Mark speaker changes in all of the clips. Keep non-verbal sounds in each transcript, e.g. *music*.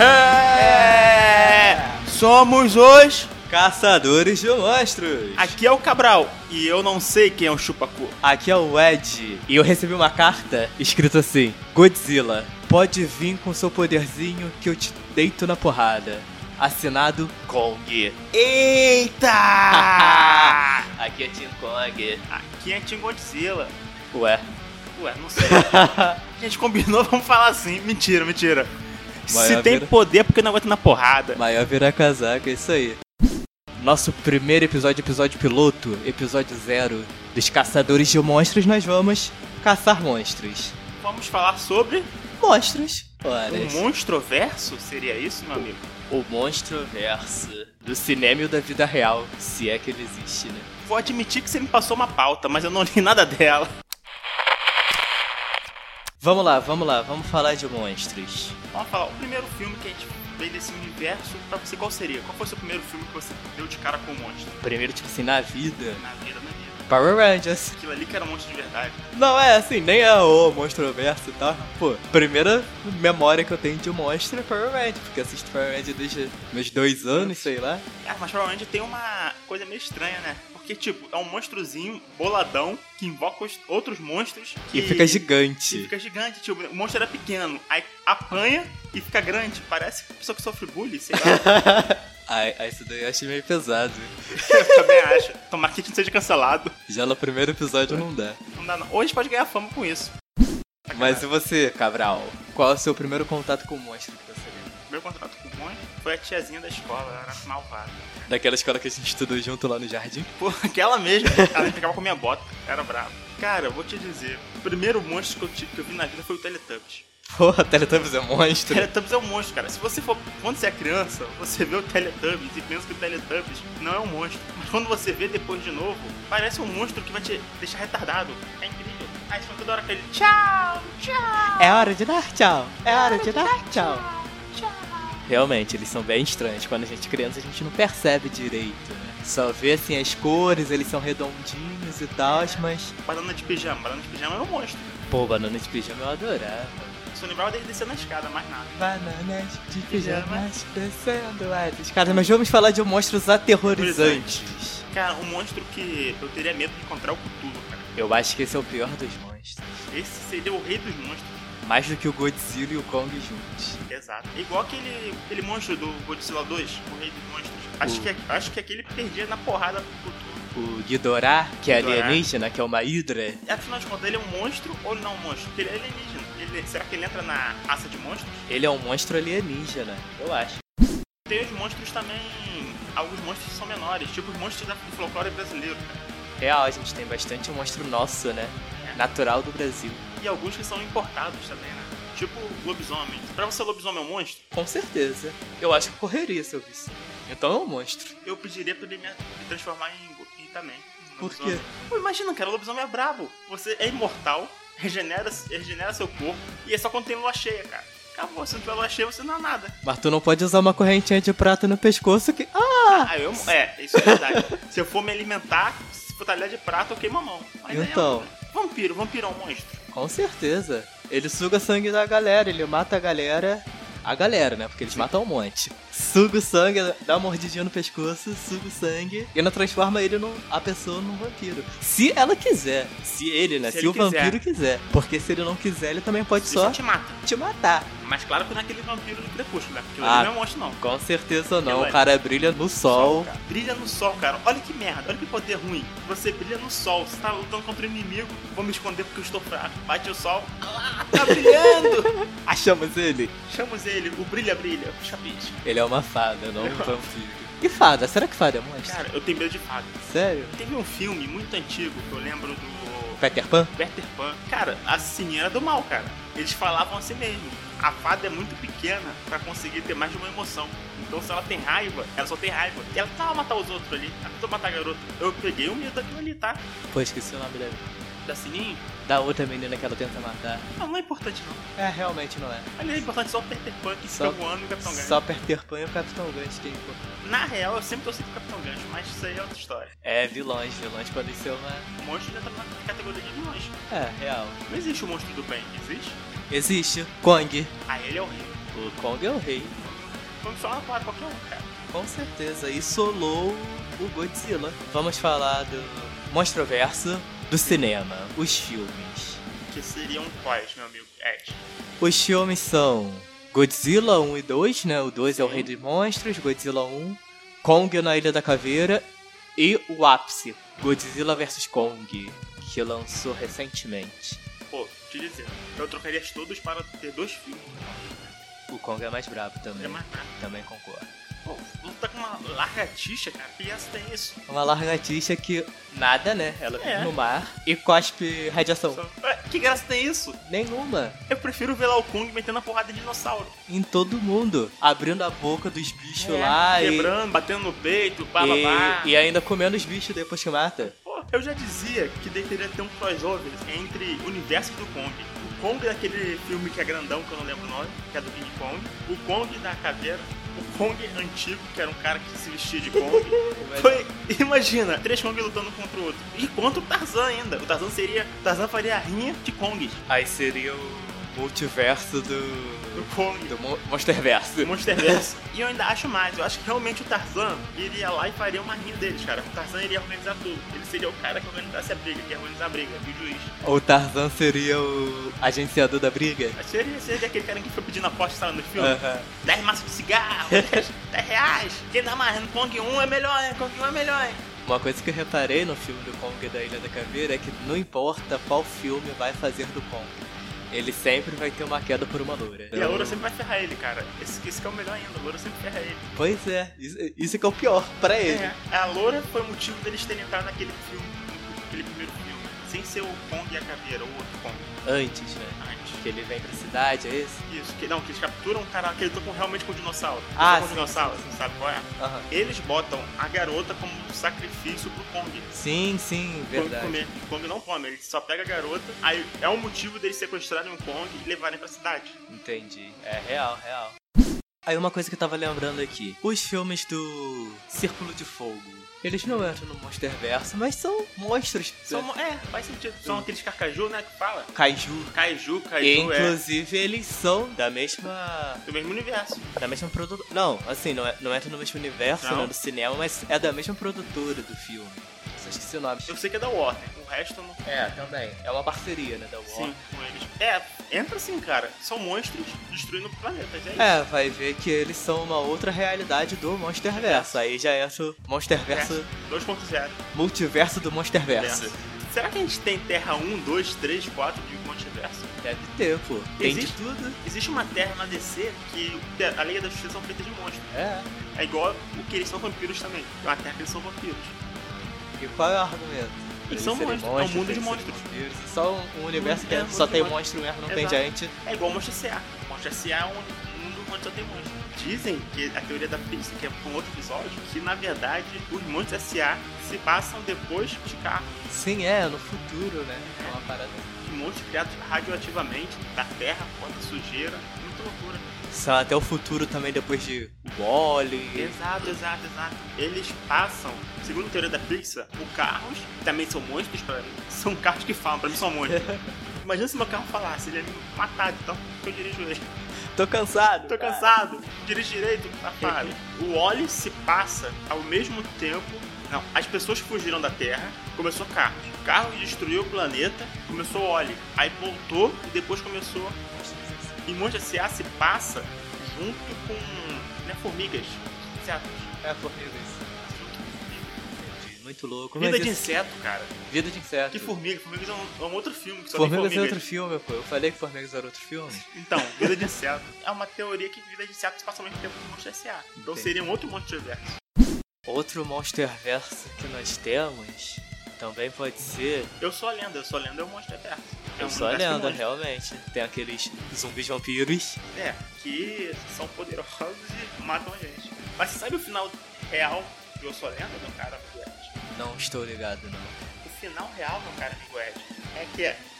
Speaker 1: É. somos os.
Speaker 2: Caçadores de monstros.
Speaker 1: Aqui é o Cabral e eu não sei quem é o Chupacu.
Speaker 2: Aqui é o Ed e eu recebi uma carta escrito assim: Godzilla, pode vir com seu poderzinho que eu te deito na porrada. Assinado Kong.
Speaker 1: Eita!
Speaker 2: *laughs* Aqui é Tim Kong.
Speaker 1: Aqui é Tim Godzilla.
Speaker 2: Ué.
Speaker 1: Ué, não sei. A gente combinou, vamos falar assim. Mentira, mentira. Se
Speaker 2: Maior
Speaker 1: tem
Speaker 2: vira-
Speaker 1: poder, é porque não aguenta na porrada.
Speaker 2: Maior virar casaca, é isso aí. Nosso primeiro episódio, episódio piloto, episódio zero dos Caçadores de Monstros, nós vamos caçar monstros.
Speaker 1: Vamos falar sobre um
Speaker 2: Monstros?
Speaker 1: o
Speaker 2: Ora,
Speaker 1: monstroverso? Seria isso, meu amigo?
Speaker 2: o monstro verso do cinema e da vida real, se é que ele existe, né?
Speaker 1: Vou admitir que você me passou uma pauta, mas eu não li nada dela.
Speaker 2: Vamos lá, vamos lá, vamos falar de monstros.
Speaker 1: Vamos falar, o primeiro filme que a gente veio desse universo, pra você qual seria? Qual foi o seu primeiro filme que você deu de cara com o monstro?
Speaker 2: Primeiro, tipo assim, na vida,
Speaker 1: Na vida, na vida.
Speaker 2: Power Rangers.
Speaker 1: Aquilo ali que era um monstro de verdade.
Speaker 2: Não, é assim, nem é o monstro verso e tal. Pô, primeira memória que eu tenho de monstro é Power Rangers, porque assisto Power Rangers desde meus dois anos, sei lá.
Speaker 1: Ah, mas Power Ranger tem uma coisa meio estranha, né? Porque, tipo, é um monstrozinho boladão que invoca os outros monstros
Speaker 2: E
Speaker 1: que- que
Speaker 2: fica gigante.
Speaker 1: fica gigante, tipo, o monstro era pequeno, aí apanha e fica grande. Parece uma pessoa que sofre bullying, sei lá.
Speaker 2: *laughs* Ai, ai, isso daí eu achei meio pesado.
Speaker 1: Eu também acho. Tomara que a gente não seja cancelado.
Speaker 2: Já no primeiro episódio não dá.
Speaker 1: Não dá, não. Ou a gente pode ganhar fama com isso.
Speaker 2: Mas e você, Cabral? Qual é o seu primeiro contato com o monstro que você lembra?
Speaker 1: Meu contrato com o monstro foi a tiazinha da escola, ela era malvada.
Speaker 2: Daquela escola que a gente estudou junto lá no jardim? *laughs*
Speaker 1: Pô, aquela mesmo. Ela ficava com a minha bota, era brava. Cara, eu vou te dizer, o primeiro monstro que eu, ti- que eu vi na vida foi o Teletubbies.
Speaker 2: Porra, Teletubbies é monstro?
Speaker 1: Teletubbies é um monstro, cara. Se você for. Quando você é criança, você vê o Teletubbies e pensa que o Teletubbies não é um monstro. Mas quando você vê depois de novo, parece um monstro que vai te deixar retardado. É incrível. Aí você fala toda hora aquele tchau, tchau,
Speaker 2: É hora de dar tchau. É hora de dar tchau.
Speaker 1: tchau.
Speaker 2: Realmente, eles são bem estranhos. Quando a gente é criança, a gente não percebe direito, né? Só vê assim as cores, eles são redondinhos e tal, mas.
Speaker 1: Banana de pijama. Banana de pijama é um monstro.
Speaker 2: Pô, banana de pijama eu adorava.
Speaker 1: Só lembrava é dele descer na escada, mais nada.
Speaker 2: Bananas de
Speaker 1: pijamas
Speaker 2: pijamas descendo as escadas. Mas vamos falar de monstros aterrorizantes.
Speaker 1: Cara, um monstro que eu teria medo de encontrar é o Cthulhu, cara.
Speaker 2: Eu acho que esse é o pior dos monstros.
Speaker 1: Esse seria o rei dos monstros.
Speaker 2: Mais do que o Godzilla e o Kong juntos.
Speaker 1: Exato. É Igual aquele, aquele monstro do Godzilla 2, o rei dos monstros. Acho,
Speaker 2: O-
Speaker 1: que, é, acho que aquele perdia na porrada pro Cthulhu.
Speaker 2: O Ghidorah, que é
Speaker 1: Ghidorah.
Speaker 2: alienígena, que é uma hidra.
Speaker 1: Afinal de contas, ele é um monstro ou ele não é um monstro? Porque ele é alienígena. Ele- será que ele entra na raça de monstros?
Speaker 2: Ele é um monstro alienígena, eu acho.
Speaker 1: Tem os monstros também. Alguns monstros que são menores, tipo os monstros da- do folclore brasileiro. cara.
Speaker 2: Real, a gente tem bastante monstro nosso, né? Natural do Brasil.
Speaker 1: E alguns que são importados também, né? Tipo o lobisomem. Pra você, o lobisomem é um monstro?
Speaker 2: Com certeza. Eu acho que eu correria se eu visse. Então é um monstro.
Speaker 1: Eu pediria pra ele me, me transformar em. em também. em
Speaker 2: Por quê?
Speaker 1: lobisomem. Pô, imagina, cara, o lobisomem é brabo. Você é imortal, regenera, regenera seu corpo, e é só quando tem lua cheia, cara. Acabou, se não tiver lua cheia, você não é nada.
Speaker 2: Mas tu não pode usar uma correntinha de prata no pescoço que. Ah!
Speaker 1: Ah, eu. É, isso é verdade. *laughs* se eu for me alimentar, se for talher de prata, eu queimo a mão. Mas aí é
Speaker 2: Então.
Speaker 1: outra. Vampiro, vampiro é um monstro.
Speaker 2: Com certeza. Ele suga sangue da galera, ele mata a galera. A galera, né? Porque eles matam um monte. Suga o sangue, dá uma mordidinha no pescoço, suga o sangue e ainda transforma ele num, a pessoa num vampiro. Se ela quiser. Se ele, né?
Speaker 1: Se
Speaker 2: Se,
Speaker 1: ele
Speaker 2: o vampiro quiser. Porque se ele não quiser, ele também pode
Speaker 1: Ele
Speaker 2: só
Speaker 1: te mata.
Speaker 2: te matar.
Speaker 1: Mas claro que não é aquele vampiro do crepúsculo, né? Porque ele
Speaker 2: Ah.
Speaker 1: não é um monstro, não.
Speaker 2: Com certeza
Speaker 1: Eu
Speaker 2: não.
Speaker 1: acho.
Speaker 2: O cara brilha no sol.
Speaker 1: cara. Brilha no sol, cara. Olha que merda, olha que poder ruim. Você brilha no sol, você tá lutando contra o inimigo. Vou me esconder porque eu estou fraco. Bate o sol. Ah, *laughs* tá brilhando!
Speaker 2: *laughs* Achamos ele.
Speaker 1: Chamamos ele, o brilha, brilha. Puxa, bicho.
Speaker 2: Ele é uma fada, não um vampiro. E fada? Será que fada é monstro?
Speaker 1: Cara, eu tenho medo de fada.
Speaker 2: Sério?
Speaker 1: Teve um filme muito antigo que eu lembro do
Speaker 2: Peter Pan?
Speaker 1: Peter Pan. Cara, a senhora do mal, cara. Eles falavam assim mesmo. A fada é muito pequena pra conseguir ter mais de uma emoção. Então se ela tem raiva, ela só tem raiva. E ela tava matar os outros ali. Ela tentou matar a garota. Eu peguei o medo daquilo ali, tá?
Speaker 2: Pô, esqueci o nome dele.
Speaker 1: Da sininho.
Speaker 2: Da outra menina que ela tenta matar.
Speaker 1: Não, não é importante não.
Speaker 2: É, realmente não é.
Speaker 1: Ali é importante só o Peter Pan que
Speaker 2: Só-
Speaker 1: fica voando e o Capitão Gancho.
Speaker 2: Só Peter Pan e o Capitão Gancho que é importante.
Speaker 1: Na real, eu sempre torci pro Capitão Gancho, mas isso aí é outra história.
Speaker 2: É, vilões, vilões podem ser uma...
Speaker 1: O monstro já tá na categoria de vilões.
Speaker 2: É, real.
Speaker 1: Não existe o monstro do bem, existe?
Speaker 2: Existe. Kong.
Speaker 1: Ah, ele é horrível.
Speaker 2: O Kong é o rei.
Speaker 1: Vamos só na porrada qualquer um, cara.
Speaker 2: Com certeza. E solou o Godzilla. Vamos falar do Monstroverso, do cinema, os filmes.
Speaker 1: Que seriam quais, meu amigo Ed?
Speaker 2: Os filmes são Godzilla 1 e 2, né? O 2 é o Rei dos Monstros, Godzilla 1, Kong na Ilha da Caveira e o ápice, Godzilla vs Kong, que lançou recentemente.
Speaker 1: Pô, te dizer, eu trocaria todos para ter dois filmes.
Speaker 2: O Kong é mais brabo também.
Speaker 1: É mais nada.
Speaker 2: Também concordo.
Speaker 1: Pô, tu tá com uma largatixa, cara. Que essa tem isso?
Speaker 2: Uma largatixa que nada, né? Ela vive
Speaker 1: É.
Speaker 2: no mar e cospe radiação.
Speaker 1: Só- Ué, Que graça tem isso?
Speaker 2: Nenhuma.
Speaker 1: Eu prefiro ver lá o Kong metendo a porrada de dinossauro.
Speaker 2: Em todo mundo. Abrindo a boca dos bichos
Speaker 1: É,
Speaker 2: lá e-
Speaker 1: Quebrando, batendo no peito, blá blá blá.
Speaker 2: e, e ainda comendo os bichos depois que mata.
Speaker 1: Pô, eu já dizia que deveria ter um crossover entre o universo do Kong. O Kong daquele filme que é grandão, que eu não lembro o nome, que é do King Kong. O Kong da caveira. O Kong antigo, que era um cara que se vestia de Kong. Foi, imagina, três Kong lutando contra o outro. E contra o Tarzan ainda. O Tarzan seria. O Tarzan faria a rinha de Kongs.
Speaker 2: Aí seria o multiverso do.
Speaker 1: Do Kong.
Speaker 2: do Mon- Monsterverso.
Speaker 1: do Monsterverse. e eu ainda acho mais, eu acho que realmente o Tarzan iria lá e faria uma rinha deles, cara. O Tarzan iria organizar tudo. Ele seria o cara que organizasse a briga, que ia organizar a briga, e o juiz.
Speaker 2: O Tarzan seria o agenciador da briga?
Speaker 1: Mas seria, seria aquele cara que foi pedindo aposta sabe, no filme.
Speaker 2: Aham.
Speaker 1: 10 maços de cigarro, 10, 10 reais. Quem dá mais? No Kong 1 é melhor, hein? Kong 1 é melhor, hein?
Speaker 2: Uma coisa que eu reparei no filme do Kong da Ilha da Caveira é que não importa qual filme vai fazer do Kong, ele sempre vai ter uma queda por uma loura.
Speaker 1: E a Loura sempre vai ferrar ele, cara. Esse, esse que é o melhor ainda, a Loura sempre ferra ele.
Speaker 2: Pois é, isso, isso que é o pior pra ele.
Speaker 1: É, a Loura foi o motivo deles terem entrado naquele filme, naquele primeiro filme. Sem ser o Kong e a caveira, ou outro Kong
Speaker 2: Antes, né?
Speaker 1: antes.
Speaker 2: Que ele vem pra cidade, é esse?
Speaker 1: Isso, que não, que eles capturam um cara, que eles estão realmente com o dinossauro. Eles
Speaker 2: Ah,
Speaker 1: tão com o
Speaker 2: sim,
Speaker 1: dinossauro, assim, sabe qual é?
Speaker 2: Aham.
Speaker 1: Eles botam a garota como um sacrifício pro Kong.
Speaker 2: Sim, sim,
Speaker 1: Kong
Speaker 2: verdade.
Speaker 1: comer. O Kong não come, ele só pega a garota. Aí é o motivo deles sequestrarem o Kong e levarem pra cidade.
Speaker 2: Entendi. É real, real. Aí uma coisa que eu tava lembrando aqui. Os filmes do Círculo de Fogo. Eles não entram no Monsterverso, mas são monstros.
Speaker 1: São, mo- é, faz sentido. São aqueles carcaju, né, que fala.
Speaker 2: Kaiju.
Speaker 1: Kaiju,
Speaker 2: E,
Speaker 1: Kaiju é
Speaker 2: inclusive, eles são da mesma.
Speaker 1: do mesmo universo.
Speaker 2: Da mesma produtora. Não, assim, não, é, não entra no mesmo universo,
Speaker 1: Não.
Speaker 2: não. do cinema, mas é da mesma produtora do filme. Só esqueci o nome.
Speaker 1: Eu sei que é da Warner, o resto eu não.
Speaker 2: É, também. É uma parceria, né, da Warner.
Speaker 1: Sim, com eles. É, entra assim, cara. São monstros destruindo planetas, é isso.
Speaker 2: É, vai ver que eles são uma outra realidade do Monsterverso. Aí já entra o Monsterverso,
Speaker 1: É. 2.0.
Speaker 2: multiverso do
Speaker 1: É.
Speaker 2: Monsterverso.
Speaker 1: Será que a gente tem Terra 1, 2, 3, 4 de multiverso?
Speaker 2: Deve ter, pô. Tem
Speaker 1: Existe?
Speaker 2: de tudo.
Speaker 1: Existe uma Terra na DC que a Liga da Justiça são feitas de monstros.
Speaker 2: É.
Speaker 1: É igual o que eles são vampiros também. É uma Terra que eles são vampiros.
Speaker 2: E qual é o argumento? Eles
Speaker 1: são
Speaker 2: serem
Speaker 1: monstros, é um mundo de
Speaker 2: eles serem
Speaker 1: monstros.
Speaker 2: vampiros, é Só um, um universo que
Speaker 1: É, um mundo
Speaker 2: só
Speaker 1: de
Speaker 2: tem
Speaker 1: monstros.
Speaker 2: monstro mesmo, não tem
Speaker 1: Exato.
Speaker 2: gente.
Speaker 1: É igual o Monstro S.A. O Monstro S.A. é um mundo onde só tem monstros. Dizem que a teoria da pizza, que é um outro episódio, que na verdade os monstros S.A. se passam depois de carro.
Speaker 2: Sim, é, no futuro, né? É uma parada.
Speaker 1: Que monstros criados radioativamente da Terra, quanta sujeira. Muita loucura.
Speaker 2: Só até o futuro também depois de Wally.
Speaker 1: Exato, exato, exato. Uhum. Eles passam, segundo a teoria da Pixar, por carros, que também são monstros pra mim, são carros que falam, pra mim são *laughs* monstros. Imagina se meu carro falasse, ele ia me matar, então eu dirijo ele.
Speaker 2: Tô cansado.
Speaker 1: Tô
Speaker 2: cara.
Speaker 1: cansado, dirige direito, *laughs* safado. O Oli se passa ao mesmo tempo. Não, as pessoas fugiram da Terra, começou carros. Carros destruiu o planeta, começou o Oli. Aí voltou e depois começou. E Monte S.A. se passa junto com. né, formigas. Certo?
Speaker 2: É formiga isso. Entendi. Muito louco.
Speaker 1: Vida
Speaker 2: mas
Speaker 1: de
Speaker 2: isso-
Speaker 1: inseto, cara.
Speaker 2: Vida de inseto.
Speaker 1: Que formiga? Formigas é um, é um outro filme que só
Speaker 2: Formigas
Speaker 1: tem
Speaker 2: é
Speaker 1: formigas.
Speaker 2: outro filme, pô. Eu falei que Formigas era outro filme. *laughs*
Speaker 1: Então, vida de inseto. É uma teoria que vida de inseto se passa ao mesmo tempo que o monstro S.A. Então
Speaker 2: Entendi.
Speaker 1: seria um outro monstro de universo.
Speaker 2: Outro Monsterverso que nós temos também pode ser.
Speaker 1: Eu sou a lenda, eu sou a lenda é o monstro de universo. É
Speaker 2: Eu
Speaker 1: um
Speaker 2: sou a
Speaker 1: universo de
Speaker 2: lenda,
Speaker 1: monstros.
Speaker 2: realmente. Tem aqueles zumbis vampiros.
Speaker 1: É, que são poderosos e matam a gente. Mas você sabe o final real de Eu Sou a Lenda, meu cara, amigo Ed?
Speaker 2: Não estou ligado, não.
Speaker 1: O final real, meu cara, amigo Ed, é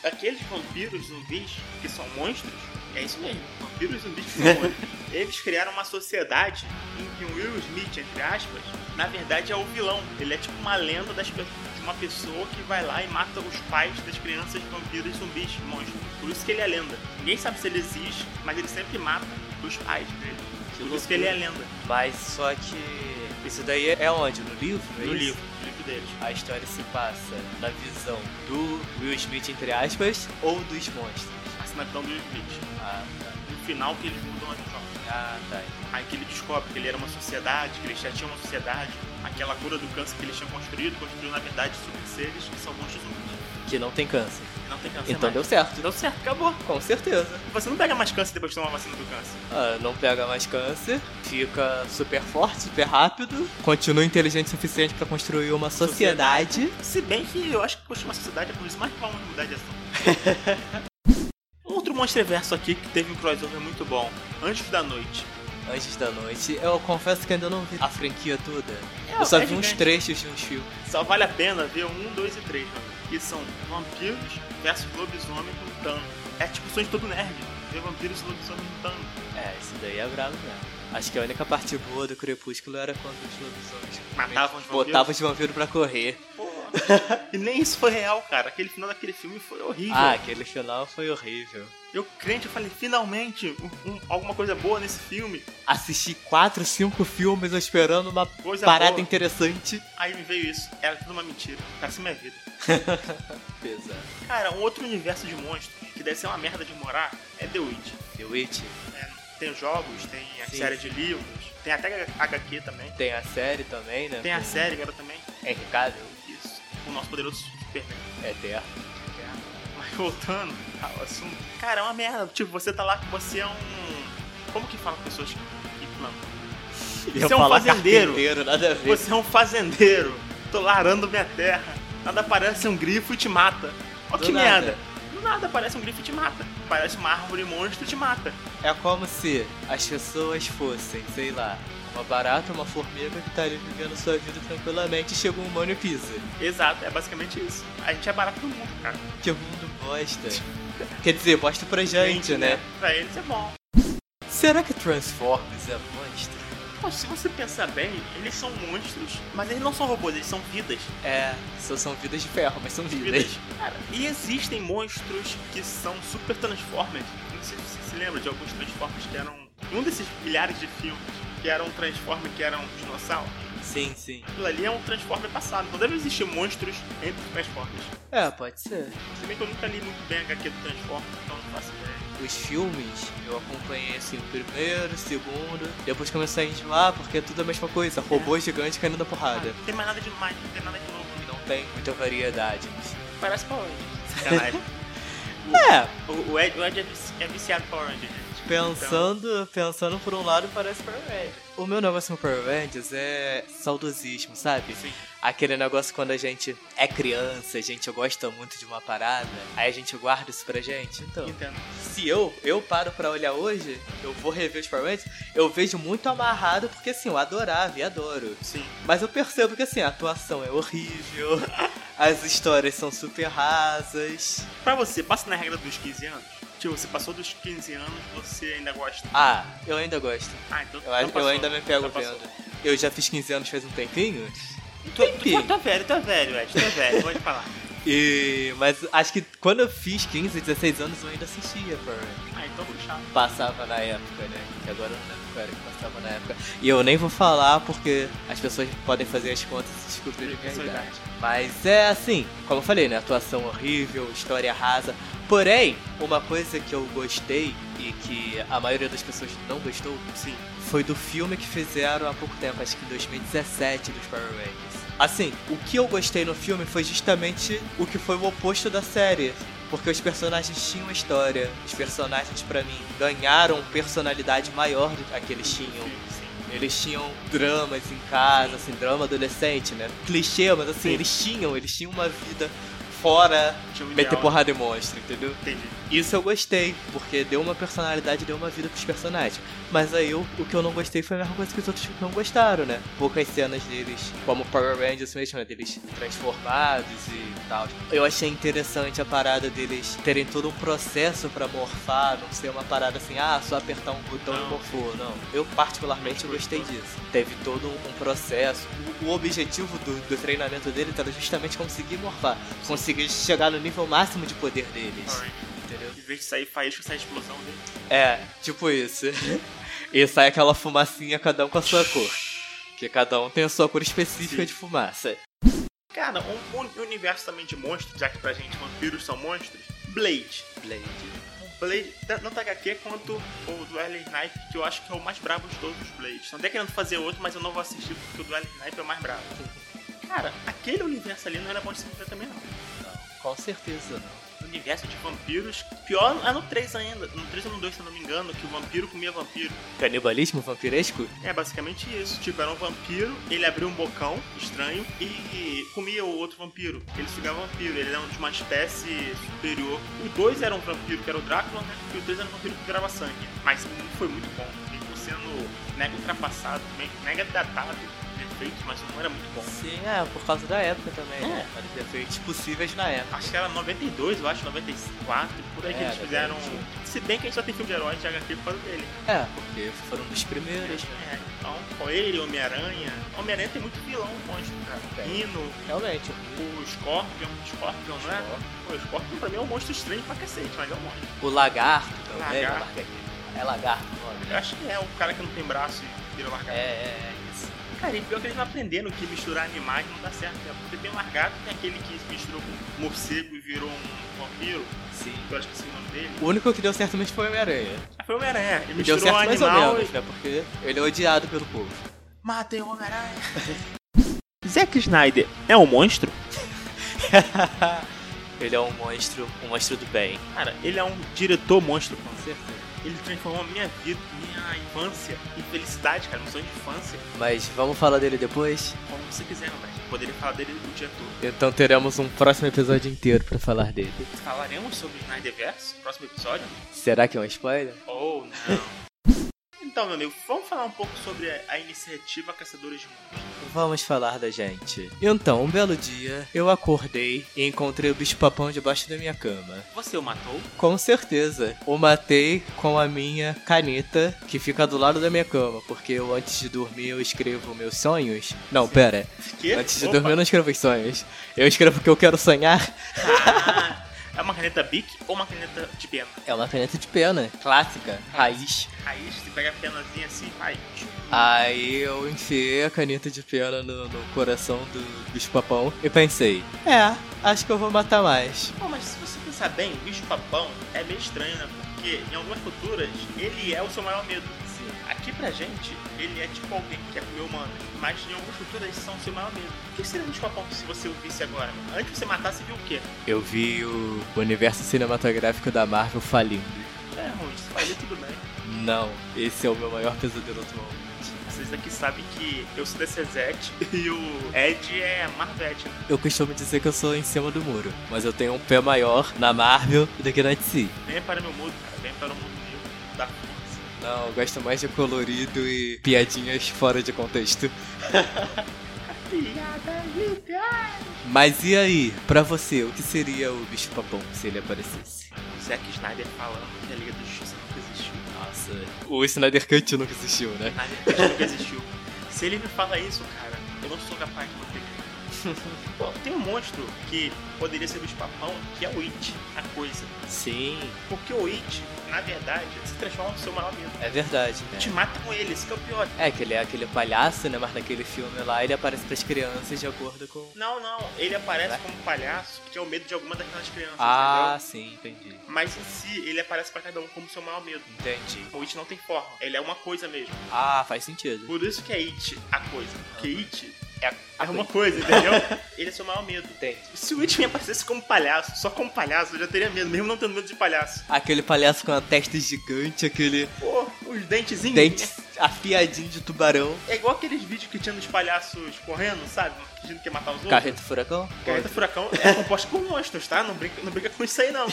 Speaker 1: que aqueles vampiros zumbis que são monstros, é isso mesmo, vampiros zumbis que
Speaker 2: *laughs*
Speaker 1: são monstros. Eles criaram uma sociedade em que o Will Smith, entre aspas, na verdade é o vilão. Ele é tipo uma lenda das pe- de uma pessoa que vai lá e mata os pais das crianças vampiros zumbis monstros. Por isso que ele é lenda. Ninguém sabe se ele existe, mas ele sempre mata os pais dele.
Speaker 2: Que
Speaker 1: Por isso
Speaker 2: loucura.
Speaker 1: que ele é lenda.
Speaker 2: Mas só que. Isso daí é onde? No livro? É
Speaker 1: No
Speaker 2: isso?
Speaker 1: livro, no livro deles.
Speaker 2: A história se passa na visão do Will Smith, entre aspas, ou dos monstros.
Speaker 1: Assim, na visão do Smith.
Speaker 2: Ah, tá.
Speaker 1: No final que eles mudam a visão.
Speaker 2: Ah, tá.
Speaker 1: Aí que ele descobre que ele era uma sociedade, que eles já tinham uma sociedade. Aquela cura do câncer que eles tinham construído, construiu na verdade super seres que são monstros humanos.
Speaker 2: Que não tem câncer.
Speaker 1: E não tem câncer
Speaker 2: Então
Speaker 1: mais.
Speaker 2: deu certo.
Speaker 1: Deu certo, acabou.
Speaker 2: Com certeza.
Speaker 1: Você não pega mais câncer depois de tomar a vacina do câncer.
Speaker 2: Ah, não pega mais câncer, fica super forte, super rápido, continua inteligente o suficiente pra construir uma sociedade.
Speaker 1: Se bem que eu acho que construir uma sociedade é por isso mais que vamos mudar de assunto.
Speaker 2: *laughs*
Speaker 1: Outro Monsterverso aqui que teve um crossover muito bom, Anjos da Noite.
Speaker 2: Antes da noite, eu confesso que ainda não vi a franquia toda.
Speaker 1: É,
Speaker 2: eu só
Speaker 1: é
Speaker 2: vi uns
Speaker 1: gigante.
Speaker 2: trechos de uns filmes.
Speaker 1: Só vale a pena ver um, dois e três, mano. Que são vampiros versus lobisomem lutando. É tipo sonho de todo nerd. Ver vampiros e lobisomem lutando.
Speaker 2: É, isso daí é brabo mesmo. Acho que a única parte boa do Crepúsculo era quando os lobisomens
Speaker 1: Matavam os vampiros.
Speaker 2: botavam os vampiros pra correr.
Speaker 1: Pô. e nem isso foi real, cara. Aquele final daquele filme foi horrível.
Speaker 2: Ah, aquele final foi horrível.
Speaker 1: Eu crente, eu falei, finalmente, um- um- alguma coisa boa nesse filme.
Speaker 2: Assisti quatro, cinco filmes esperando uma
Speaker 1: Coisa
Speaker 2: parada
Speaker 1: boa.
Speaker 2: interessante.
Speaker 1: Aí me veio isso. Era tudo uma mentira. Assim é minha vida.
Speaker 2: Pesado.
Speaker 1: Cara, um outro universo de monstros que deve ser uma merda de morar é The Witch.
Speaker 2: The Witch
Speaker 1: É, tem jogos, tem a
Speaker 2: Sim.
Speaker 1: série de livros, tem até HQ também.
Speaker 2: tem a série também, né?
Speaker 1: Tem a série, cara, também.
Speaker 2: Henry Cavill.
Speaker 1: Isso. O nosso poderoso Superman.
Speaker 2: Eterno.
Speaker 1: Mas voltando ao assunto. Cara, é uma merda. Tipo, você tá lá que você é um. Como que fala pessoas que que plantam?
Speaker 2: Eu
Speaker 1: é um
Speaker 2: falar
Speaker 1: fazendeiro.
Speaker 2: carpinteiro, Nada a ver.
Speaker 1: Você é um fazendeiro. Tô larando minha terra. Nada aparece um grifo e te mata. Ó
Speaker 2: Do
Speaker 1: que
Speaker 2: nada.
Speaker 1: merda. Do nada aparece um grifo e te mata. Parece uma árvore monstro e te mata.
Speaker 2: É como se as pessoas fossem, sei lá, uma barata, uma formiga que tá ali vivendo sua vida tranquilamente e chega um humano e pisa.
Speaker 1: Exato, é basicamente isso. A gente é barato do mundo, cara.
Speaker 2: Que o mundo *laughs* bosta. Quer dizer, bosta pra gente,
Speaker 1: Gente,
Speaker 2: né?
Speaker 1: Pra eles é bom.
Speaker 2: Será que Transformers é monstro?
Speaker 1: Pô, se você pensar bem, eles são monstros, mas eles não são robôs, eles são vidas.
Speaker 2: É, só são vidas de ferro, mas são vidas.
Speaker 1: Cara, e existem monstros que são super Transformers. Não sei se você se lembra de alguns Transformers que eram. Um desses milhares de filmes que eram Transformers que eram dinossauros.
Speaker 2: Sim, sim.
Speaker 1: Aquilo ali é um Transformer passado. Então deve existir monstros entre os Transformers.
Speaker 2: É, pode ser.
Speaker 1: Se bem que eu nunca li muito bem a HQ do Transformers, então não faço ideia.
Speaker 2: Os filmes, eu acompanhei assim, o primeiro, o segundo, depois comecei a enjoar porque é tudo a mesma coisa, robô gigante caindo na porrada.
Speaker 1: Ah, não tem mais nada demais, não tem nada de novo. então.
Speaker 2: E não tem muita variedade. mas-
Speaker 1: Parece Power Rangers. Sacanagem.
Speaker 2: É,
Speaker 1: *laughs* o, o Ed, o Ed é vici- é viciado em Power Rangers, gente. Então,
Speaker 2: Pensando, pensando por um lado, parece Power Rangers. O meu negócio com Power Rangers é saudosismo, sabe?
Speaker 1: Sim.
Speaker 2: Aquele negócio quando a gente é criança, a gente gosta muito de uma parada, aí a gente guarda isso pra gente. Então,
Speaker 1: Entendo.
Speaker 2: se eu, eu paro pra olhar hoje, eu vou rever os Power Rangers, eu vejo muito amarrado, porque assim, eu adorava e adoro.
Speaker 1: Sim.
Speaker 2: Mas eu percebo que assim, a atuação é horrível, *laughs* as histórias são super rasas.
Speaker 1: Pra você, passa na regra dos 15 anos? Tipo, você passou dos 15 anos, você ainda gosta.
Speaker 2: Ah, eu ainda gosto.
Speaker 1: Ah, então
Speaker 2: Eu, acho-
Speaker 1: então passou.
Speaker 2: eu ainda me pego
Speaker 1: Então passou.
Speaker 2: vendo. Eu já fiz 15 anos faz um tempinho.
Speaker 1: Tu, tu, tu, tá velho, tá velho, Ed, tá velho, pode falar.
Speaker 2: E, mas acho que quando eu fiz 15, 16 anos eu ainda assistia, Power Rangers.
Speaker 1: Ah, então puxar.
Speaker 2: Passava na época, né? Que agora eu não lembro qual era que passava na época. E eu nem vou falar porque as pessoas podem fazer as contas e descobrirem a minha
Speaker 1: Sua
Speaker 2: idade. Mas é assim, como eu falei, né? Atuação horrível, história rasa. Porém, uma coisa que eu gostei e que a maioria das pessoas não gostou
Speaker 1: Sim.
Speaker 2: foi do filme que fizeram há pouco tempo, acho que em 2017, dos Power Rangers. Assim, o que eu gostei no filme foi justamente o que foi o oposto da série. Porque os personagens tinham história. Os personagens, pra mim, ganharam personalidade maior do que eles tinham.
Speaker 1: Sim, sim.
Speaker 2: Eles tinham dramas em casa, assim, drama adolescente, né? Clichê, mas assim, eles tinham, eles tinham uma vida fora
Speaker 1: Tinha um
Speaker 2: meter
Speaker 1: ideal.
Speaker 2: porrada em monstro, entendeu?
Speaker 1: Entendi.
Speaker 2: Isso eu gostei, porque deu uma personalidade, deu uma vida pros personagens. Mas aí eu- o que eu não gostei foi a mesma coisa que os outros não gostaram, né? Poucas cenas deles, como Power Rangers mesmo, né? Deles transformados e tal. Eu achei interessante a parada deles terem todo um processo pra morfar, não ser uma parada assim, ah, só apertar um botão e
Speaker 1: Não.
Speaker 2: morfou. Não. Eu particularmente gostei disso. Teve todo um processo. O, o objetivo do, do treinamento deles era justamente conseguir morfar, conseguir chegar no nível máximo de poder deles.
Speaker 1: Alright.
Speaker 2: Entendeu?
Speaker 1: Em vez de sair faísca, sai explosão dele.
Speaker 2: É, tipo isso. E sai aquela fumacinha, cada um com a sua cor. Que cada um tem a sua cor específica
Speaker 1: Sim.
Speaker 2: de fumaça.
Speaker 1: Cara, um, um universo também de monstros, já que pra gente vampiros são monstros. Blade.
Speaker 2: Blade.
Speaker 1: Blade, tanto tanto HQ quanto o do Ellie Knife, que eu acho que é o mais brabo de todos os Blades. Estão até querendo fazer outro, mas eu não vou assistir porque o do Ellie Knife é o mais brabo. Cara, aquele universo ali não era bom de se ver também, não.
Speaker 2: Não, com certeza não.
Speaker 1: O universo de vampiros, pior é no 3 ainda. No 3 ou no 2, se eu não me engano, que o vampiro comia vampiro.
Speaker 2: Canibalismo vampiresco?
Speaker 1: É basicamente isso. Tipo, era um vampiro, ele abriu um bocão estranho e comia o outro vampiro. Ele sugava vampiro, ele era um de uma espécie superior. O dois era um vampiro que era o Drácula, né? E o três era um vampiro que virava sangue. Mas um foi muito bom. Ele foi sendo mega ultrapassado, me- mega datado, perfeito, mas um era muito bom.
Speaker 2: Sim, é, por causa da época também,
Speaker 1: É.
Speaker 2: né? Vários defeitos possíveis na época.
Speaker 1: Acho que era 92, eu acho, 94, por aí que
Speaker 2: É,
Speaker 1: eles fizeram.
Speaker 2: 92.
Speaker 1: Se bem que a gente só tem filme de herói de HQ por causa dele.
Speaker 2: É, porque foram dos primeiros.
Speaker 1: É, então, com ele, Homem-Aranha. Homem-Aranha tem muito vilão, monstro, cara.
Speaker 2: Tem.
Speaker 1: Hino,
Speaker 2: Realmente.
Speaker 1: O Scorpion, Scorpion, não é? Pô, o Scorpion pra mim é um monstro estranho pra cacete, mas é um monstro.
Speaker 2: O lagarto também.
Speaker 1: Lagarto.
Speaker 2: É lagarto o nome.
Speaker 1: Eu acho que é o cara que não tem braço e vira
Speaker 2: É,
Speaker 1: largado.
Speaker 2: é, é isso.
Speaker 1: Cara, e pior que eles não aprenderam que misturar animais não dá certo, né? Porque tem o largato, tem aquele que se misturou com morcego e virou um vampiro,
Speaker 2: Sim.
Speaker 1: que eu acho que esse é o nome dele.
Speaker 2: O único que deu certo mesmo foi o Homem-Aranha.
Speaker 1: Ah, Foi o Homem-Aranha, ele
Speaker 2: E deu
Speaker 1: misturou
Speaker 2: certo
Speaker 1: um
Speaker 2: mais
Speaker 1: animal
Speaker 2: ou menos,
Speaker 1: e...
Speaker 2: né? Porque ele é odiado pelo povo.
Speaker 1: Matem o Homem-Aranha! *laughs* Zack Snyder é um monstro?
Speaker 2: *laughs* ele é um monstro, um monstro do bem.
Speaker 1: Cara, ele é um diretor monstro, mano.
Speaker 2: Com certeza.
Speaker 1: Ele transformou a minha vida, minha infância e felicidade, cara, noções de infância.
Speaker 2: Mas vamos falar dele depois?
Speaker 1: Como você quiser, meu velho. Poderia falar dele o dia todo.
Speaker 2: Então teremos um próximo episódio inteiro pra falar dele.
Speaker 1: Falaremos sobre o Snyderverse no próximo episódio?
Speaker 2: Será que é um spoiler?
Speaker 1: Ou não? *laughs* então, meu amigo, vamos falar um pouco sobre a, a iniciativa Caçadores de Mundos.
Speaker 2: Vamos falar da gente. Então, um belo dia, eu acordei e encontrei o bicho-papão debaixo da minha cama.
Speaker 1: Você o matou?
Speaker 2: Com certeza. O matei com a minha caneta, que fica do lado da minha cama, porque eu antes de dormir eu escrevo meus sonhos. Não, pera.
Speaker 1: Que?
Speaker 2: Antes de
Speaker 1: Opa.
Speaker 2: dormir eu não escrevo os sonhos. Eu escrevo o que eu quero sonhar.
Speaker 1: Ah, é uma caneta Bic ou uma caneta de pena?
Speaker 2: É uma caneta de pena, clássica, raiz.
Speaker 1: Aí você pega a penazinha assim, vai. tchum.
Speaker 2: Aí eu enfiei a caneta de pena no, no coração do bicho papão e pensei, é, acho que eu vou matar mais.
Speaker 1: Pô, mas se você pensar bem, o bicho-papão é meio estranho, né? Porque em algumas culturas, ele é o seu maior medo. Aqui pra gente, ele é tipo alguém que quer comer humanos, mas em algumas culturas eles são o seu maior medo. O que seria o bicho-papão se você o visse agora? Antes de você matar, você viu o quê?
Speaker 2: Eu vi o universo cinematográfico da Marvel falindo.
Speaker 1: É, ruim, isso faz tudo bem.
Speaker 2: Não, esse é o meu maior pesadelo atualmente.
Speaker 1: Vocês aqui sabem que eu sou da CZ *laughs* e o Ed é Marvete. né?
Speaker 2: Eu costumo dizer que eu sou em cima do muro, mas eu tenho um pé maior na Marvel do que na DC.
Speaker 1: Venha para meu mundo, cara. Venha para o mundo meu, da força.
Speaker 2: Não, eu gosto mais de colorido e piadinhas fora de contexto.
Speaker 1: Piada, liga!
Speaker 2: Mas e aí, pra você, o que seria o bicho papão se ele aparecesse?
Speaker 1: O Zack Snyder falando que a Liga da Justiça nunca existiu.
Speaker 2: Nossa, o Snyder Cut nunca existiu, né?
Speaker 1: A Liga da Justiça nunca existiu. Se ele me fala isso, cara, eu não sou capaz de manter.
Speaker 2: *laughs*
Speaker 1: Bom, tem um monstro que poderia ser o bicho-papão, que é o It, a coisa.
Speaker 2: Sim,
Speaker 1: Porque o It, na verdade, se transforma no seu maior medo.
Speaker 2: é verdade,
Speaker 1: Te
Speaker 2: né?
Speaker 1: mata com ele, esse que é o pior.
Speaker 2: É que ele é aquele palhaço, né? Mas naquele filme lá ele aparece pras crianças de acordo com.
Speaker 1: Não, não, ele aparece como palhaço, que é o medo de alguma daquelas crianças,
Speaker 2: Ah, sim, entendi.
Speaker 1: entendeu? Mas em si, ele aparece pra cada um como seu maior medo.
Speaker 2: Entendi.
Speaker 1: O It não tem forma, ele é uma coisa mesmo.
Speaker 2: Ah, faz sentido.
Speaker 1: Por isso que é It, a coisa. Porque It é,
Speaker 2: A
Speaker 1: é uma coisa,
Speaker 2: *laughs*
Speaker 1: entendeu? ele é seu maior medo.
Speaker 2: Entendi.
Speaker 1: Se o It me aparecesse como palhaço, só como palhaço, eu já teria medo, mesmo não tendo medo de palhaço.
Speaker 2: Aquele palhaço com a testa gigante, *laughs* aquele
Speaker 1: Pô, os dentezinhos.
Speaker 2: dente afiadinho de tubarão.
Speaker 1: É igual aqueles vídeos que tinha nos palhaços correndo, sabe? Fingindo que ia matar os outros.
Speaker 2: Carreta furacão?
Speaker 1: Carreta Furacão é composta com monstros, tá? Não brinca, não brinca com isso aí, não.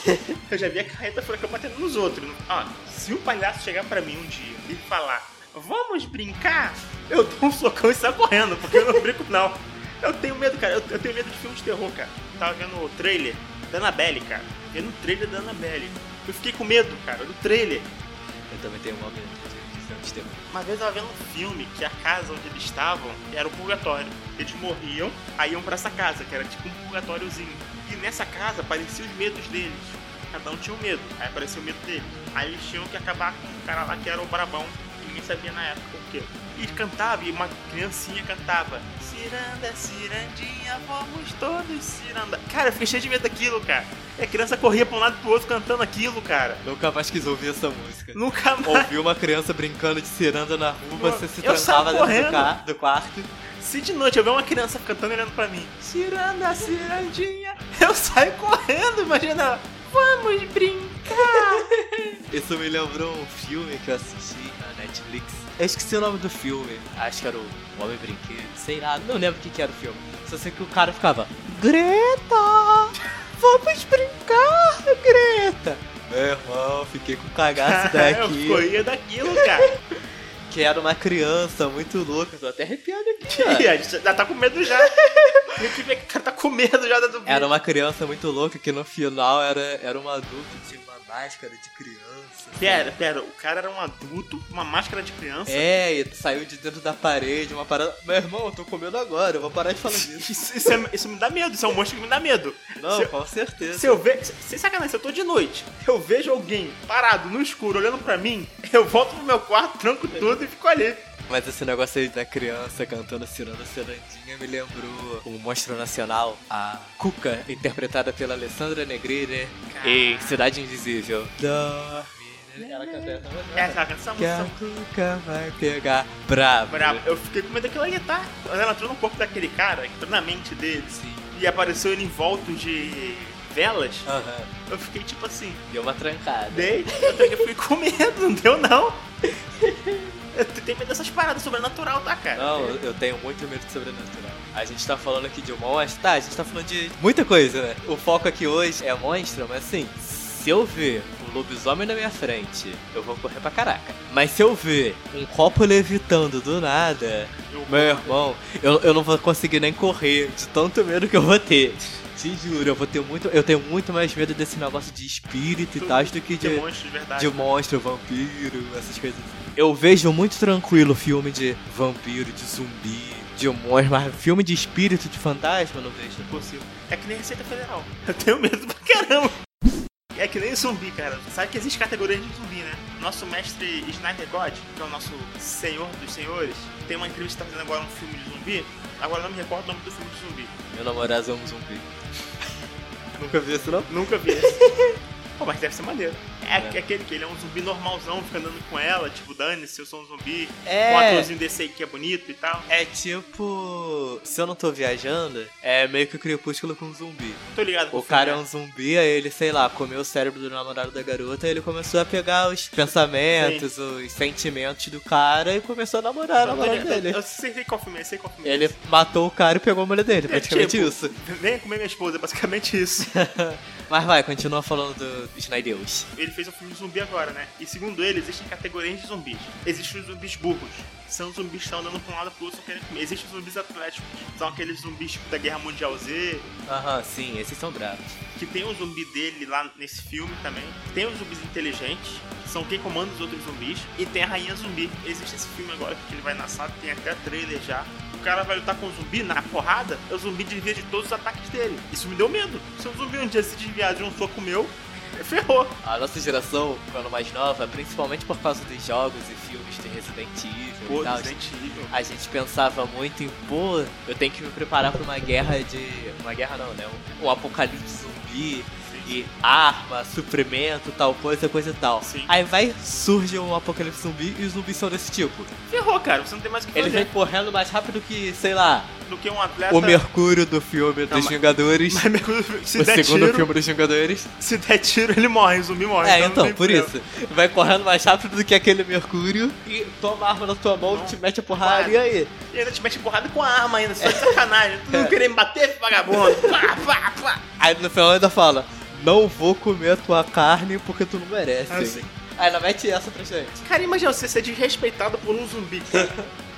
Speaker 1: Eu já vi a Carreta Furacão batendo nos outros. Ó, se um palhaço chegar pra mim um dia e falar, vamos brincar, eu dou um socão e saio correndo, porque eu não brinco, não. Eu tenho medo, cara. Eu, eu tenho medo de filmes de terror, cara. Eu tava vendo o trailer da Annabelle, cara. Vendo o trailer da Annabelle. Eu fiquei com medo, cara, do trailer.
Speaker 2: Eu também tenho um uma medo de de filmes de terror.
Speaker 1: Uma vez eu tava vendo um filme que a casa onde eles estavam era o purgatório. Eles morriam, aí iam pra essa casa, que era tipo um purgatóriozinho. E nessa casa apareciam os medos deles. um Cada um tinha um medo, aí aparecia o medo dele. Aí eles tinham que acabar com o cara lá que era o brabão, que ninguém ninguém sabia na época o quê. E cantava, e uma criancinha cantava. Ciranda, cirandinha, vamos todos ciranda. Cara, eu fiquei cheio de medo daquilo, cara. E a criança corria pra um lado e pro outro cantando aquilo, cara.
Speaker 2: Nunca mais quis ouvir essa música.
Speaker 1: Nunca mais.
Speaker 2: Ouvir uma criança brincando de ciranda na rua, você se
Speaker 1: Eu saio
Speaker 2: trancava dentro do,
Speaker 1: correndo.
Speaker 2: ca- do quarto.
Speaker 1: Se de noite eu ver uma criança cantando e olhando pra mim, Ciranda, cirandinha, eu saio correndo, imagina. Vamos brincar!
Speaker 2: *laughs* Isso me lembrou um filme que eu assisti na Netflix. Eu esqueci o nome do filme. Acho que era o Homem Brinquedo, sei lá, não lembro o que, que era o filme. Só sei que o cara ficava Greta! Vamos brincar, Greta! Meu irmão, fiquei com
Speaker 1: *laughs*
Speaker 2: cagaço
Speaker 1: Eu
Speaker 2: daqui.
Speaker 1: corria daquilo,
Speaker 2: *laughs*
Speaker 1: cara.
Speaker 2: que era uma criança muito louca, tô até arrepiado *laughs* aqui. cara.
Speaker 1: Ih, a gente já tá com medo já. E o que vê que o cara tá com medo já do
Speaker 2: Era uma criança muito louca que no final era, era um adulto, tinha uma máscara de criança.
Speaker 1: Pera, pera, o cara era um adulto, uma máscara de criança.
Speaker 2: É, e saiu de dentro da parede, uma parada. Meu irmão, eu tô comendo agora, eu vou parar de falar disso.
Speaker 1: Isso, isso é- isso me dá medo, isso é um monstro que me dá medo.
Speaker 2: Não,
Speaker 1: Se eu-
Speaker 2: com certeza.
Speaker 1: Se eu ver. se- Sem sacanagem, se eu tô de noite, eu vejo alguém parado no escuro olhando pra mim, eu volto pro meu quarto, tranco tudo e fico
Speaker 2: É.
Speaker 1: ali.
Speaker 2: Mas esse negócio aí da criança cantando Ciranda Cirandinha me lembrou o Monstro Nacional, a Cuca, interpretada pela Alessandra Negrini em Cidade Invisível. Dorme. Ela canta essa música.
Speaker 1: É, saca, essa
Speaker 2: Que a
Speaker 1: música.
Speaker 2: Cuca vai pegar brabo.
Speaker 1: Bravo. Eu fiquei com medo daquilo ali, tá? Ela entrou no corpo daquele cara, entrou na mente dele,
Speaker 2: Sim.
Speaker 1: e apareceu ele em volta de velas.
Speaker 2: Aham.
Speaker 1: Eu fiquei tipo assim,
Speaker 2: Deu uma trancada.
Speaker 1: dei, eu fiquei- fiquei com medo, não deu não. Eu tenho medo dessas paradas sobrenatural, tá, cara?
Speaker 2: Não, eu eu tenho muito medo de sobrenatural. A gente tá falando aqui de um monstro, tá? A gente tá falando de muita coisa, né? O foco aqui hoje é monstro, mas assim, se eu ver um lobisomem na minha frente, eu vou correr pra caraca. Mas se eu ver um copo levitando do nada,
Speaker 1: Eu-
Speaker 2: meu irmão, eu, eu não vou conseguir nem correr de tanto medo que eu vou ter. Te juro, eu vou ter muito. Eu tenho muito mais medo desse negócio de espírito e tal do que de,
Speaker 1: monstro, de verdade.
Speaker 2: de monstro, vampiro, essas coisas. Eu vejo muito tranquilo filme de vampiro, de zumbi, de monstro, mas filme de espírito, de fantasma, eu não vejo.
Speaker 1: Possível. É que nem Receita Federal. Eu tenho medo pra caramba. É que nem zumbi, cara. Sabe que existe categoria de zumbi, né? Nosso mestre Snyder God, que é o nosso senhor dos senhores, tem uma entrevista que tá fazendo agora um filme de zumbi. Agora eu não me recordo o nome do filme de zumbi.
Speaker 2: Meu namorado é um zumbi. *laughs* Nunca vi isso, não?
Speaker 1: Nunca
Speaker 2: *laughs*
Speaker 1: vi esse. Pô, mas deve ser maneiro. É, aqu- aquele que ele é um zumbi normalzão, fica andando com ela, tipo, dane-se, eu sou um zumbi. Um atorzinho desse aí que é bonito e tal.
Speaker 2: É tipo. Se eu não tô viajando, é meio que o crepúsculo com zumbi.
Speaker 1: Tô ligado. com
Speaker 2: O
Speaker 1: filme,
Speaker 2: cara é
Speaker 1: né?
Speaker 2: um zumbi, aí ele, sei lá, comeu o cérebro do namorado da garota, aí ele começou a pegar os pensamentos, os sentimentos do cara e começou a namorar a namorada
Speaker 1: Eu-
Speaker 2: dele.
Speaker 1: né? Eu sei sei qual filme é, sei qual filme é.
Speaker 2: Ele matou o cara e pegou a mulher dele,
Speaker 1: É,
Speaker 2: praticamente
Speaker 1: tipo,
Speaker 2: isso.
Speaker 1: Venha comer minha esposa, é basicamente isso. *laughs*
Speaker 2: *laughs* Mas vai, continua falando do Snydeus.
Speaker 1: Ele fez um filme de zumbi agora, né? E segundo ele, existem categorias de zumbis. Existem os zumbis burros. São os zumbis que estão andando pra um lado pro outro, só querendo comer. Existem os zumbis atléticos. que São aqueles zumbis tipo da Guerra Mundial Z.
Speaker 2: Aham, sim, esses são bravos.
Speaker 1: Que tem um zumbi dele lá nesse filme também. Tem os zumbis inteligentes. que São quem comanda os outros zumbis. E tem a Rainha Zumbi. Existe esse filme agora que ele vai na sala. Tem até trailer já. O cara vai lutar com o zumbi na porrada. O zumbi desvia de todos os ataques dele. Isso me deu medo. Se o zumbi um dia se desviar de um soco meu, ferrou.
Speaker 2: A nossa geração, quando mais nova, principalmente por causa dos jogos e filmes de Resident Evil
Speaker 1: Pô,
Speaker 2: e tal,
Speaker 1: Resident Evil.
Speaker 2: a gente pensava muito em, pô, eu tenho que me preparar pra uma guerra de. Uma guerra não, né? Um, um apocalipse zumbi. E arma, suprimento, tal coisa, coisa e tal.
Speaker 1: Sim.
Speaker 2: Aí vai, surge um apocalipse zumbi e os zumbis são desse tipo.
Speaker 1: Ferrou, cara. Você não tem mais o que
Speaker 2: Ele
Speaker 1: fazer
Speaker 2: vem correndo mais rápido que, sei lá,
Speaker 1: do que um atleta.
Speaker 2: o Mercúrio do filme
Speaker 1: Não,
Speaker 2: dos
Speaker 1: mas-
Speaker 2: Vingadores.
Speaker 1: Mas
Speaker 2: *laughs*
Speaker 1: Mercúrio, se
Speaker 2: o
Speaker 1: der
Speaker 2: segundo
Speaker 1: tiro,
Speaker 2: filme dos Vingadores.
Speaker 1: se der tiro, ele morre, o zumbi morre.
Speaker 2: É,
Speaker 1: não
Speaker 2: então,
Speaker 1: tem
Speaker 2: por
Speaker 1: problema.
Speaker 2: isso. Vai correndo mais rápido do que aquele Mercúrio e toma a arma na tua mão,
Speaker 1: Não.
Speaker 2: te mete a porrada
Speaker 1: Vai.
Speaker 2: e aí?
Speaker 1: E ainda te mete porrada com a arma ainda, só de sacanagem. Tu não querendo bater, vagabundo. Pá, pá, pá.
Speaker 2: Aí no final ainda fala, não vou comer a tua carne porque tu não merece.
Speaker 1: Ah, sim.
Speaker 2: Aí ainda mete essa pra gente.
Speaker 1: Cara, imagina você ser desrespeitado por um zumbi, cara.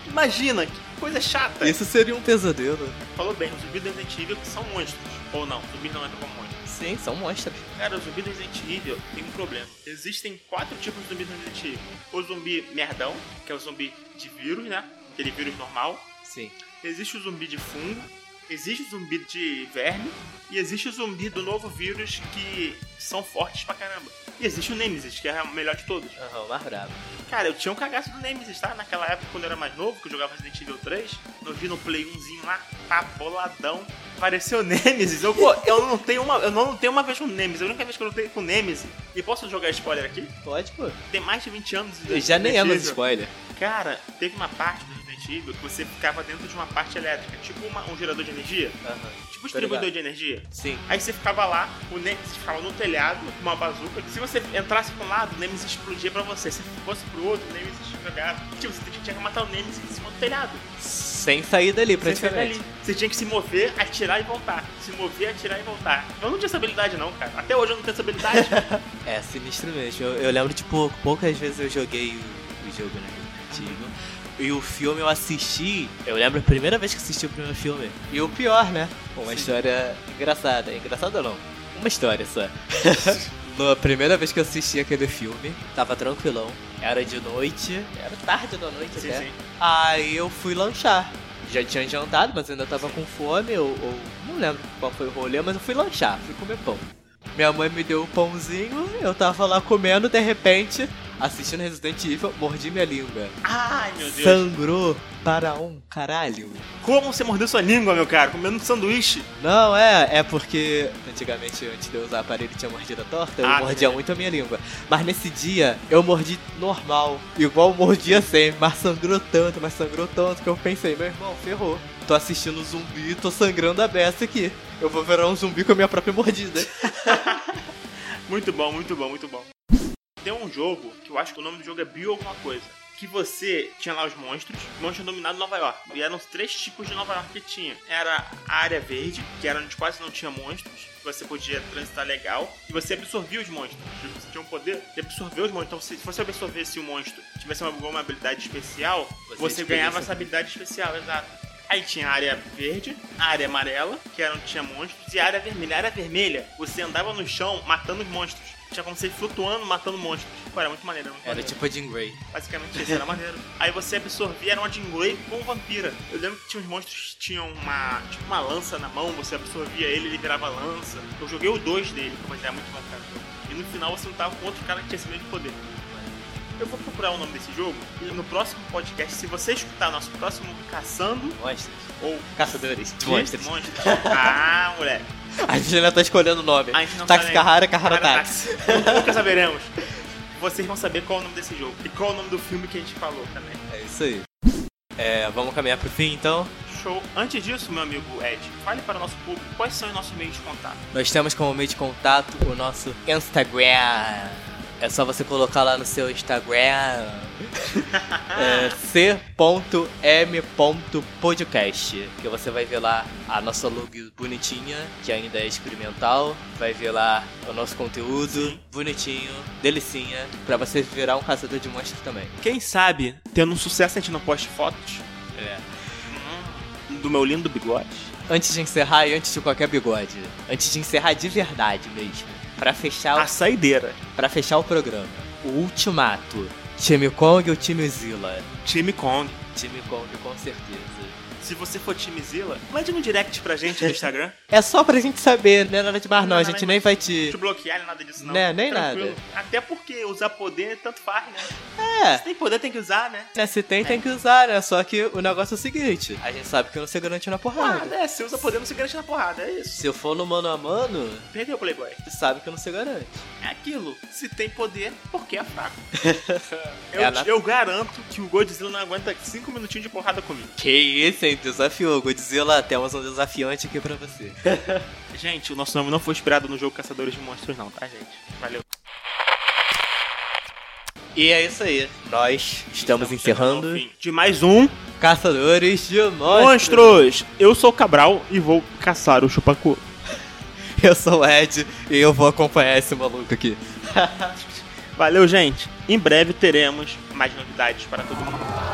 Speaker 1: Imagina, que coisa chata.
Speaker 2: Isso seria um pesadelo.
Speaker 1: Falou bem, os zumbis do Resident Evil são monstros. Ou não, zumbis não entram como monstros.
Speaker 2: Sim, são monstros.
Speaker 1: Cara, o zumbi do Resident Evil tem um problema. Existem quatro tipos de zumbi do Resident Evil. O zumbi merdão, que é o zumbi de vírus, né? Aquele vírus normal.
Speaker 2: Sim.
Speaker 1: Existe o zumbi de fungo, Existe o zumbi de verme e existe o zumbi do novo vírus que são fortes pra caramba. E existe o Nemesis, que é o melhor de todos.
Speaker 2: Aham, o mais brabo.
Speaker 1: Cara, eu tinha um cagaço do Nemesis, tá? Naquela época, quando eu era mais novo, que eu jogava Resident Evil 3, eu vi no Play 1zinho lá, tá boladão. Apareceu o Nemesis. Eu, pô, eu não tenho uma, eu não tenho uma vez com o Nemesis. A única vez que eu lutei com o Nemesis. E posso jogar spoiler aqui?
Speaker 2: Pode, pô.
Speaker 1: Tem mais de 20 anos. de
Speaker 2: Eu já nem é
Speaker 1: Resident
Speaker 2: mais
Speaker 1: Evil.
Speaker 2: spoiler.
Speaker 1: Cara, teve uma parte do Resident Evil que você ficava dentro de uma parte elétrica, tipo uma- um gerador de energia,
Speaker 2: Aham.
Speaker 1: tipo um
Speaker 2: Tá
Speaker 1: distribuidor
Speaker 2: ligado.
Speaker 1: de energia.
Speaker 2: Sim.
Speaker 1: Aí você ficava lá, o Nemesis ficava no telhado, com uma bazuca. Se você entrasse pra um lado, o Nemesis explodia pra você. Se fosse pro outro, o Nemesis jogava. Tipo, você tinha que matar o Nemesis em cima do telhado.
Speaker 2: Sem sair dali,
Speaker 1: Você ficava
Speaker 2: praticamente.
Speaker 1: ali. Você tinha que se mover, atirar e voltar. Se mover, atirar e voltar. Eu não tinha essa habilidade, não, cara. Até hoje eu não tenho essa
Speaker 2: *laughs*
Speaker 1: habilidade.
Speaker 2: É, sinistro mesmo. Eu, eu lembro de pouco, poucas vezes eu joguei o, o jogo, né? Antigo. E o filme eu assisti, eu lembro a primeira vez que assisti o primeiro filme. E o pior, né? Uma
Speaker 1: Sim.
Speaker 2: história engraçada. Engraçada não. Uma história só. *laughs* Na primeira vez que eu assisti aquele filme, tava tranquilão. Era de noite. Era tarde da noite
Speaker 1: sim,
Speaker 2: até.
Speaker 1: sim.
Speaker 2: Aí eu fui lanchar. Já tinha jantado, mas ainda tava com fome, ou, ou não lembro qual foi o rolê, mas eu fui lanchar, fui comer pão. Minha mãe me deu o pãozinho, eu tava lá comendo, de repente, assistindo Resident Evil, mordi minha língua.
Speaker 1: Ai, meu Deus.
Speaker 2: Sangrou para um caralho.
Speaker 1: Como você mordeu sua língua, meu cara? Comendo um sanduíche?
Speaker 2: Não, é, é porque antigamente, antes de eu usar aparelho, tinha mordida torta, eu
Speaker 1: Ah,
Speaker 2: mordia
Speaker 1: sim.
Speaker 2: muito a minha língua. Mas nesse dia, eu mordi normal, igual eu mordia sempre, mas sangrou tanto, mas sangrou tanto que eu pensei, meu irmão, ferrou. Tô assistindo um zumbi, tô sangrando a beça aqui. Eu vou virar um zumbi com a minha própria mordida.
Speaker 1: Muito bom, muito bom, muito bom. Tem um jogo que eu acho que o nome do jogo é Bio alguma coisa. Que você tinha lá os monstros, monstros dominados Nova York. E eram os três tipos de Nova York que tinha. Era a área verde, que era onde quase não tinha monstros, que você podia transitar legal, e você absorvia os monstros. Tipo, Você tinha um poder de absorver os monstros. Então, se você absorvesse o monstro, tivesse alguma uma habilidade especial,
Speaker 2: Você
Speaker 1: você
Speaker 2: desperdiça.
Speaker 1: ganhava essa habilidade especial, exato. Aí tinha a área verde, a área amarela, que era onde tinha monstros, e a área vermelha. A área vermelha, você andava no chão matando os monstros. Tinha como você ir flutuando, matando monstros. Pô, era muito maneiro. Era muito maneiro.
Speaker 2: tipo a Jean Grey.
Speaker 1: Basicamente isso, era maneiro. Aí você absorvia, era uma Jean Grey com um vampira. Eu lembro que tinha uns monstros que tinham uma, tipo uma lança na mão, você absorvia ele, ele virava lança. Eu joguei o dois dele, mas era muito bom, cara. E no final você lutava com outro cara que tinha esse mesmo poder. Eu vou procurar o nome desse jogo e no próximo podcast, se você escutar nosso próximo Caçando
Speaker 2: Monstros.
Speaker 1: ou
Speaker 2: Caçadores. de
Speaker 1: Monstros.
Speaker 2: Monstros.
Speaker 1: Ah, moleque.
Speaker 2: A gente ainda tá escolhendo o nome.
Speaker 1: A gente não
Speaker 2: Táxi
Speaker 1: sabe.
Speaker 2: Carrara, Carrara
Speaker 1: Carrara
Speaker 2: Táxi.
Speaker 1: Táxi. Nunca saberemos. Vocês vão saber qual é o nome desse jogo e qual é o nome do filme que a gente falou também.
Speaker 2: É isso aí. É, vamos caminhar pro fim então.
Speaker 1: Show. Antes disso, meu amigo Ed, fale para o nosso público quais são os nossos meios de contato.
Speaker 2: Nós temos como meio de contato o nosso Instagram. É só você colocar lá no seu Instagram. é, c.m.podcast que você vai ver lá a nossa logo bonitinha que ainda é experimental vai ver lá o nosso conteúdo bonitinho, delicinha pra você virar um caçador de monstros também
Speaker 1: Quem sabe, tendo um sucesso, a gente não poste fotos
Speaker 2: É.
Speaker 1: do meu lindo bigode.
Speaker 2: antes de encerrar e antes de qualquer bigode antes de encerrar de verdade mesmo pra fechar É o
Speaker 1: A saideira.
Speaker 2: Pra fechar o programa, o ultimato. Time Kong ou time Zilla?
Speaker 1: Time Kong.
Speaker 2: Time Kong, com certeza.
Speaker 1: Se você for time Zilla, mande um direct pra gente no Instagram.
Speaker 2: *laughs* É só pra gente saber, não é nada demais não,
Speaker 1: Não,
Speaker 2: a
Speaker 1: não,
Speaker 2: gente
Speaker 1: não,
Speaker 2: nem
Speaker 1: mas-
Speaker 2: vai
Speaker 1: te
Speaker 2: te...
Speaker 1: bloquear nem nada disso, não.
Speaker 2: Né, nem
Speaker 1: nada. Até porque usar poder tanto faz, né?
Speaker 2: É,
Speaker 1: Se tem poder, tem que usar, né?
Speaker 2: né, se tem, tem que usar, né? Só que o negócio é o seguinte, a gente sabe que não se garante na
Speaker 1: Ah,
Speaker 2: porrada.
Speaker 1: é, se usa poder, não se garante na porrada, é isso.
Speaker 2: Se eu for no mano a mano,
Speaker 1: Perdeu o Playboy.
Speaker 2: você sabe que não se garante.
Speaker 1: É aquilo. Se tem poder, porque é
Speaker 2: *laughs*
Speaker 1: fraco. eu,
Speaker 2: É a nat-
Speaker 1: eu garanto que o Godzilla não aguenta 5 minutinhos de porrada comigo.
Speaker 2: Que isso, hein? Desafio, Godzilla, temos um desafiante aqui pra você.
Speaker 1: Gente, o nosso nome não foi inspirado no jogo Caçadores de Monstros, não, tá, gente? Valeu.
Speaker 2: E é isso aí, nós
Speaker 1: chegando Então,
Speaker 2: estamos,
Speaker 1: ao
Speaker 2: encerrando
Speaker 1: fim De mais um
Speaker 2: Caçadores de Monstros.
Speaker 1: Monstros! Eu sou o Cabral e vou caçar o Chupacu.
Speaker 2: Eu sou o Ed e eu vou acompanhar esse maluco aqui.
Speaker 1: Valeu, gente. Em breve teremos mais novidades para todo mundo.